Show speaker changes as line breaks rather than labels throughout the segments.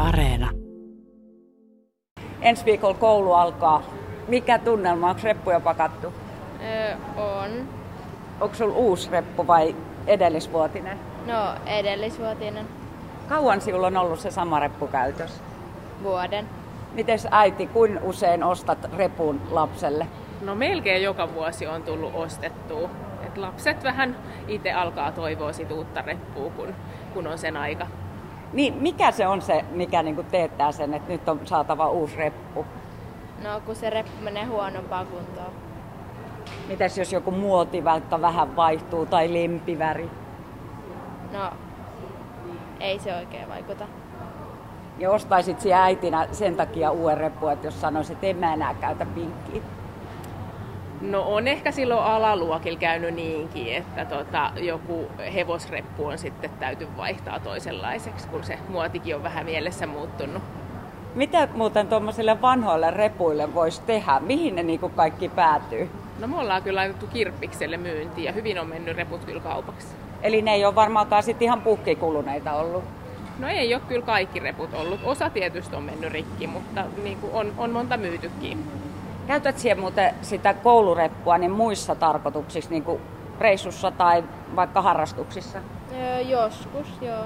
Areena.
Ensi viikolla koulu alkaa. Mikä tunnelma? Onko reppuja pakattu?
Öö, on.
Onko sulla uusi reppu vai edellisvuotinen?
No, edellisvuotinen
Kauan sinulla on ollut se sama reppu käytössä?
vuoden.
Mites äiti, kuin usein ostat repun lapselle?
No melkein joka vuosi on tullut ostettua. Et lapset vähän itse alkaa toivoa sit uutta reppua, kun, kun on sen aika.
Niin, mikä se on se, mikä niinku teettää sen, että nyt on saatava uusi reppu?
No, kun se reppu menee huonompaan kuntoon.
Mites jos joku muoti vaikka vähän vaihtuu tai lempiväri?
No, ei se oikein vaikuta.
Ja ostaisit sinä äitinä sen takia uuden reppu, että jos sanoisit, että en mä enää käytä pinkkiä.
No on ehkä silloin alaluokilla käynyt niinkin, että tota, joku hevosreppu on sitten täyty vaihtaa toisenlaiseksi, kun se muotikin on vähän mielessä muuttunut.
Mitä muuten tuommoisille vanhoille repuille voisi tehdä? Mihin ne niinku kaikki päätyy?
No me ollaan kyllä laitettu kirppikselle myyntiin ja hyvin on mennyt reput kyllä kaupaksi.
Eli ne ei ole varmaankaan sit ihan puhkikuluneita ollut.
No ei ole kyllä kaikki reput ollut. Osa tietysti on mennyt rikki, mutta niin kuin on, on monta myytykin.
Käytät siellä muuten sitä koulureppua niin muissa tarkoituksissa, niin kuin reissussa tai vaikka harrastuksissa?
Öö, joskus, joo.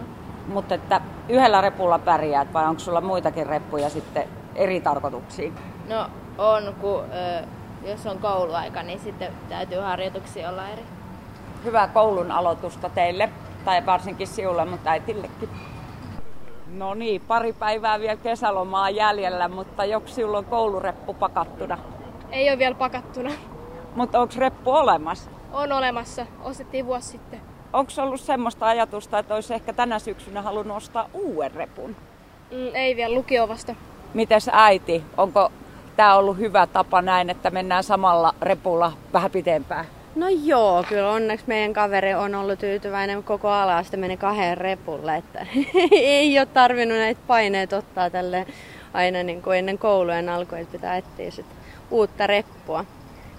Mutta että yhdellä repulla pärjäät vai onko sulla muitakin reppuja sitten eri tarkoituksiin?
No, on, kun öö, jos on kouluaika, niin sitten täytyy harjoituksia olla eri.
Hyvää koulun aloitusta teille, tai varsinkin siulle, mutta äitillekin. No niin, pari päivää vielä kesälomaa jäljellä, mutta joks siulla on koulureppu pakattuna.
Ei ole vielä pakattuna.
Mutta onko reppu olemassa?
On olemassa. Ostettiin vuosi sitten.
Onko ollut semmoista ajatusta, että olisi ehkä tänä syksynä halunnut ostaa uuden repun?
Mm, ei vielä lukio vasta.
Mites äiti, onko tämä ollut hyvä tapa näin, että mennään samalla repulla vähän pitempään?
No joo, kyllä onneksi meidän kaveri on ollut tyytyväinen koko ala, sitten meni kahden repulle, että ei ole tarvinnut näitä paineita ottaa tälle aina niin kuin ennen koulujen alkua, että pitää etsiä sit uutta reppua.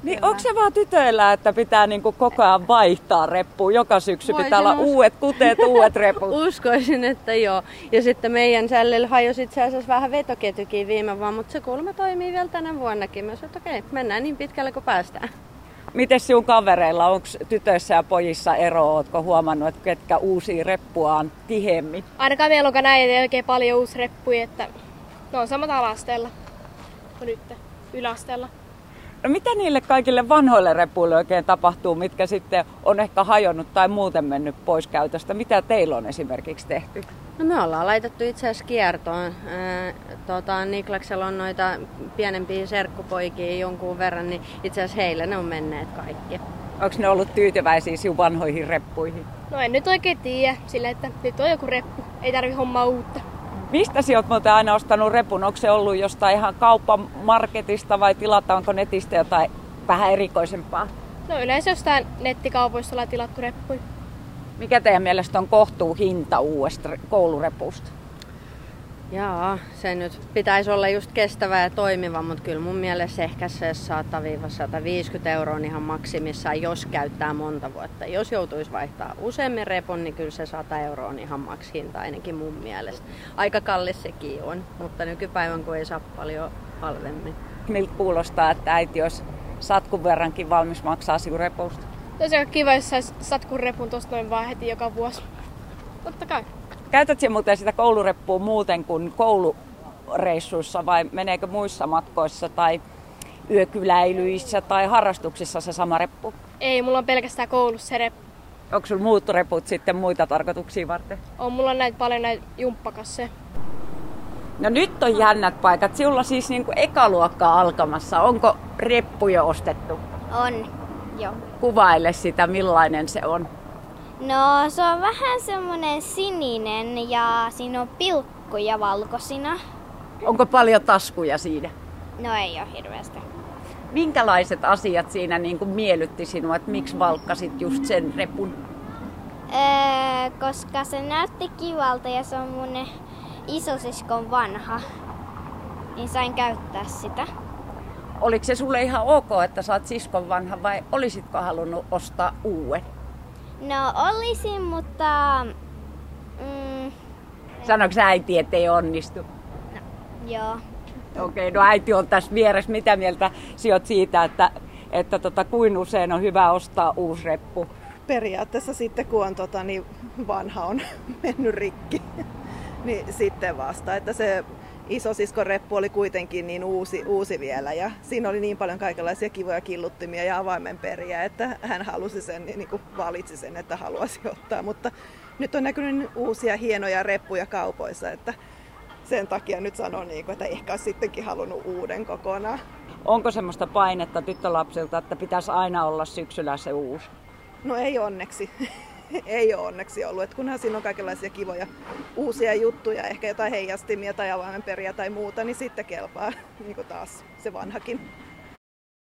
Niin onko se vaan tytöillä, että pitää niinku koko ajan vaihtaa reppua? Joka syksy
Voisin
pitää olla
us-
uudet kuteet, uudet reput.
Uskoisin, että joo. Ja sitten meidän sällillä hajosi itse asiassa vähän vetoketjukin viime vuonna, mutta se kuulemma toimii vielä tänä vuonnakin. Mä sanoin, että okei, mennään niin pitkälle kuin päästään.
Miten sinun kavereilla, onko tytöissä ja pojissa ero? Oletko huomannut, että ketkä uusia reppuaan tihemmin?
Ainakaan meillä onkaan näin, ei oikein paljon uusi reppui, että ne on samat alasteella kuin nyt yläasteella.
No mitä niille kaikille vanhoille repuille oikein tapahtuu, mitkä sitten on ehkä hajonnut tai muuten mennyt pois käytöstä? Mitä teillä on esimerkiksi tehty?
No me ollaan laitettu itse asiassa kiertoon. Ää, Tota, Niklaksella on noita pienempiä serkkupoikia jonkun verran, niin itse asiassa heillä ne on menneet kaikki.
Onko ne ollut tyytyväisiä sinun vanhoihin reppuihin?
No en nyt oikein tiedä, sillä että nyt on joku reppu. Ei tarvi hommaa uutta.
Mistä sinä olet muuten aina ostanut repun? Onko se ollut jostain ihan kauppamarketista vai tilataanko netistä jotain vähän erikoisempaa?
No yleensä jostain nettikaupoista ollaan tilattu reppuja.
Mikä teidän mielestä on kohtuu hinta uudesta re- koulurepusta?
Jaa, se nyt pitäisi olla just kestävä ja toimiva, mutta kyllä mun mielestä ehkä se 100-150 euroa on ihan maksimissaan, jos käyttää monta vuotta. Jos joutuisi vaihtaa useammin repon, niin kyllä se 100 euroa on ihan maksihinta ainakin mun mielestä. Aika kallis sekin on, mutta nykypäivän kun ei saa paljon halvemmin.
Miltä kuulostaa, että äiti olisi satkun verrankin valmis maksaa sinun repusta?
Olisi aika No kiva, jos sais satkun repun tosta noin vaan heti joka vuosi. Totta kai.
Käytät sinä muuten sitä koulureppua muuten kuin koulureissuissa vai meneekö muissa matkoissa tai yökyläilyissä tai harrastuksissa se sama reppu?
Ei, mulla on pelkästään koulussa se reppu.
Onko sinulla muut reput sitten muita tarkoituksia varten?
On mulla on näitä paljon näitä jumppakasseja.
No nyt on jännät paikat. Sinulla siis niin kuin ekaluokkaa alkamassa. Onko reppuja ostettu?
On, joo.
Kuvaile sitä, millainen se on.
No se on vähän semmonen sininen ja siinä on pilkkuja valkoisina.
Onko paljon taskuja siinä?
No ei ole hirveästi.
Minkälaiset asiat siinä niin kuin miellytti sinua, että miksi valkkasit just sen repun?
Öö, koska se näytti kivalta ja se on mun isosiskon vanha. Niin sain käyttää sitä.
Oliko se sulle ihan ok, että sä oot siskon vanha vai olisitko halunnut ostaa uuden?
No olisin, mutta... Mm,
Sanoiko äiti, että ei onnistu?
Joo.
Okei, okay, no äiti on tässä vieressä. Mitä mieltä sijoit siitä, että, että tota, kuin usein on hyvä ostaa uusi reppu?
Periaatteessa sitten kun on tota, niin vanha on mennyt rikki, niin sitten vasta. Että se isosiskon reppu oli kuitenkin niin uusi, uusi vielä ja siinä oli niin paljon kaikenlaisia kivoja killuttimia ja avaimenperiä, että hän halusi sen, niin kuin valitsi sen, että haluaisi ottaa. Mutta nyt on näkynyt uusia hienoja reppuja kaupoissa, että sen takia nyt sanon, niin kuin, että ehkä olisi sittenkin halunnut uuden kokonaan.
Onko semmoista painetta tyttölapsilta, että pitäisi aina olla syksyllä se uusi?
No ei onneksi. ei ole onneksi ollut. Et kunhan siinä on kaikenlaisia kivoja uusia juttuja, ehkä jotain heijastimia tai avaimenperiä tai muuta, niin sitten kelpaa niin taas niinku se vanhakin.